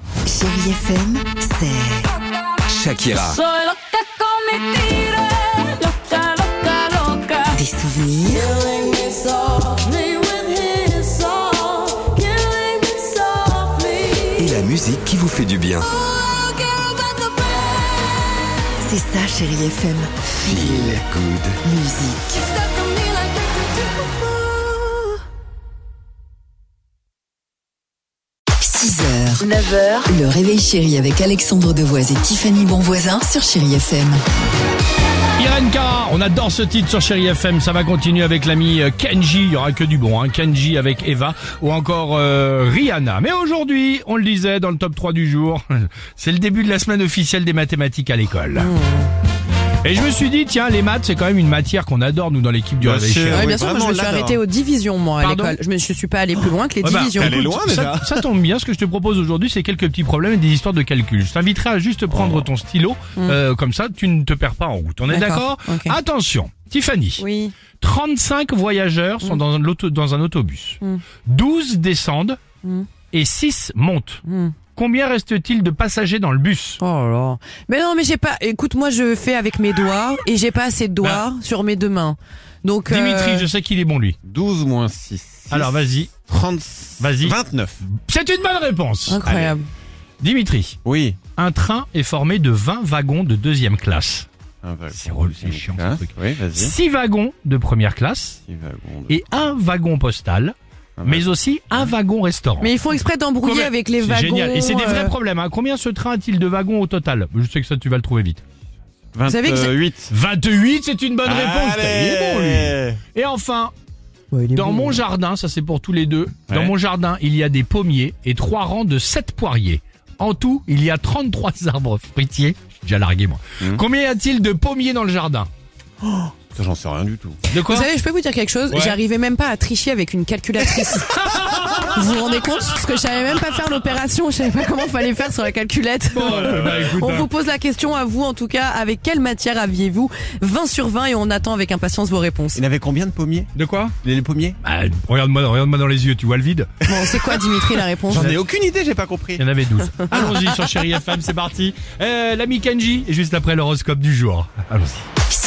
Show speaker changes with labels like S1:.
S1: Paris FM, c'est
S2: Shakira,
S3: Soy loca con mi tira, loca, loca, loca.
S1: des souvenirs,
S3: Me with his song, killing me softly.
S2: et la musique qui vous fait du bien.
S3: Oh, quiero back the bed.
S1: c'est ça Chérie FM.
S2: Feel good.
S1: Musique.
S3: She's stuck on me like we could do.
S1: 6h, 9h, le réveil chéri avec Alexandre Devoise et Tiffany Bonvoisin sur Chérie FM.
S4: Irenka, on adore ce titre sur Chéri FM. Ça va continuer avec l'ami euh, Kenji. Il y aura que du bon, hein. Kenji avec Eva ou encore euh, Rihanna. Mais aujourd'hui, on le disait dans le top 3 du jour, c'est le début de la semaine officielle des mathématiques à l'école. Et je me suis dit, tiens, les maths, c'est quand même une matière qu'on adore, nous, dans l'équipe du Réveil Chéri.
S5: sûr.
S6: Ouais,
S5: Oui,
S6: bien sûr, moi, je
S5: vraiment,
S6: me suis
S5: là,
S6: arrêtée aux divisions, moi, à
S4: Pardon
S6: l'école. Je ne suis pas allée plus loin que les
S4: Ouais, bah,
S6: divisions.
S5: Elle est loin déjà.
S4: Ça, ça tombe bien, ce que je te propose aujourd'hui, c'est quelques petits problèmes et des histoires de calcul. Je t'inviterai à juste prendre ton stylo, euh, comme ça tu ne te perds pas en route. On est d'accord
S6: D'accord, ok.
S4: Attention, Tiffany,
S6: Oui.
S4: 35 voyageurs
S6: Mm.
S4: sont dans, l'auto- dans un autobus, 12 descendent
S6: Mm.
S4: et 6 montent. Combien reste-t-il de passagers dans le bus
S6: Oh là là. Mais non, mais j'ai pas. Écoute, moi, je fais avec mes doigts et j'ai pas assez de doigts sur mes deux mains. Donc. euh,
S4: Bah. Dimitri, je sais qu'il est bon lui.
S5: 12 moins 6.
S4: Alors vas-y,
S5: 30...
S4: Vas-y.
S5: 29.
S4: c'est une bonne réponse.
S6: Incroyable.
S4: Dimitri,
S5: Oui.
S4: un train est formé de 20 wagons de deuxième classe,
S5: Un wagon,
S4: C'est relou, c'est chiant, ce
S5: classe.
S4: truc.
S5: Oui, vas-y.
S4: 6 wagons de première classe,
S5: Six wagons de-
S4: et un wagon postal,
S5: Ah ouais.
S4: mais aussi un wagon restaurant.
S6: Mais ils font exprès d'embrouiller
S4: Combien-
S6: avec les
S4: c'est
S6: wagons.
S4: génial. Et c'est des vrais
S6: euh,
S4: problèmes. hein. Combien ce train a-t-il de wagons au total Je sais que ça, tu vas le trouver vite.
S6: savez que j'ai-
S5: 28.
S4: 28, c'est une bonne réponse. Il est bon, lui.
S5: Allez.
S4: Et enfin,
S6: ouais, il est
S4: dans
S6: bon.
S4: mon jardin, ça c'est pour tous les deux, dans
S5: Ouais.
S4: mon jardin, il y a des pommiers et trois rangs de sept poiriers. En tout, il y a 33 arbres fruitiers. J'ai déjà largué, moi.
S5: Mhm.
S4: Combien y a-t-il de pommiers dans le jardin
S5: Putain, J'en sais rien du tout.
S4: De quoi
S6: Vous savez, je peux vous dire quelque chose.
S4: Ouais.
S6: J'arrivais même pas à tricher avec une calculatrice. vous vous rendez compte Parce que je savais même pas faire l'opération. Je savais pas comment fallait faire sur la calculette.
S4: Oh là là, écoute,
S6: On
S4: hein.
S6: vous pose la question à vous en tout cas, avec quelle matière aviez-vous 20 sur 20 et on attend avec impatience vos réponses.
S5: Il avait combien de pommiers
S4: De quoi
S5: Les, les pommiers
S4: Bah, Regarde-moi regarde dans les yeux, tu vois le vide
S6: Bon, c'est quoi Dimitri la réponse
S5: J'en ai aucune idée, j'ai pas compris.
S4: Il y en avait 12. Allons-y sur Chéri FM, c'est parti. Euh, L'ami Kenji, et juste après l'horoscope du jour. Allons-y.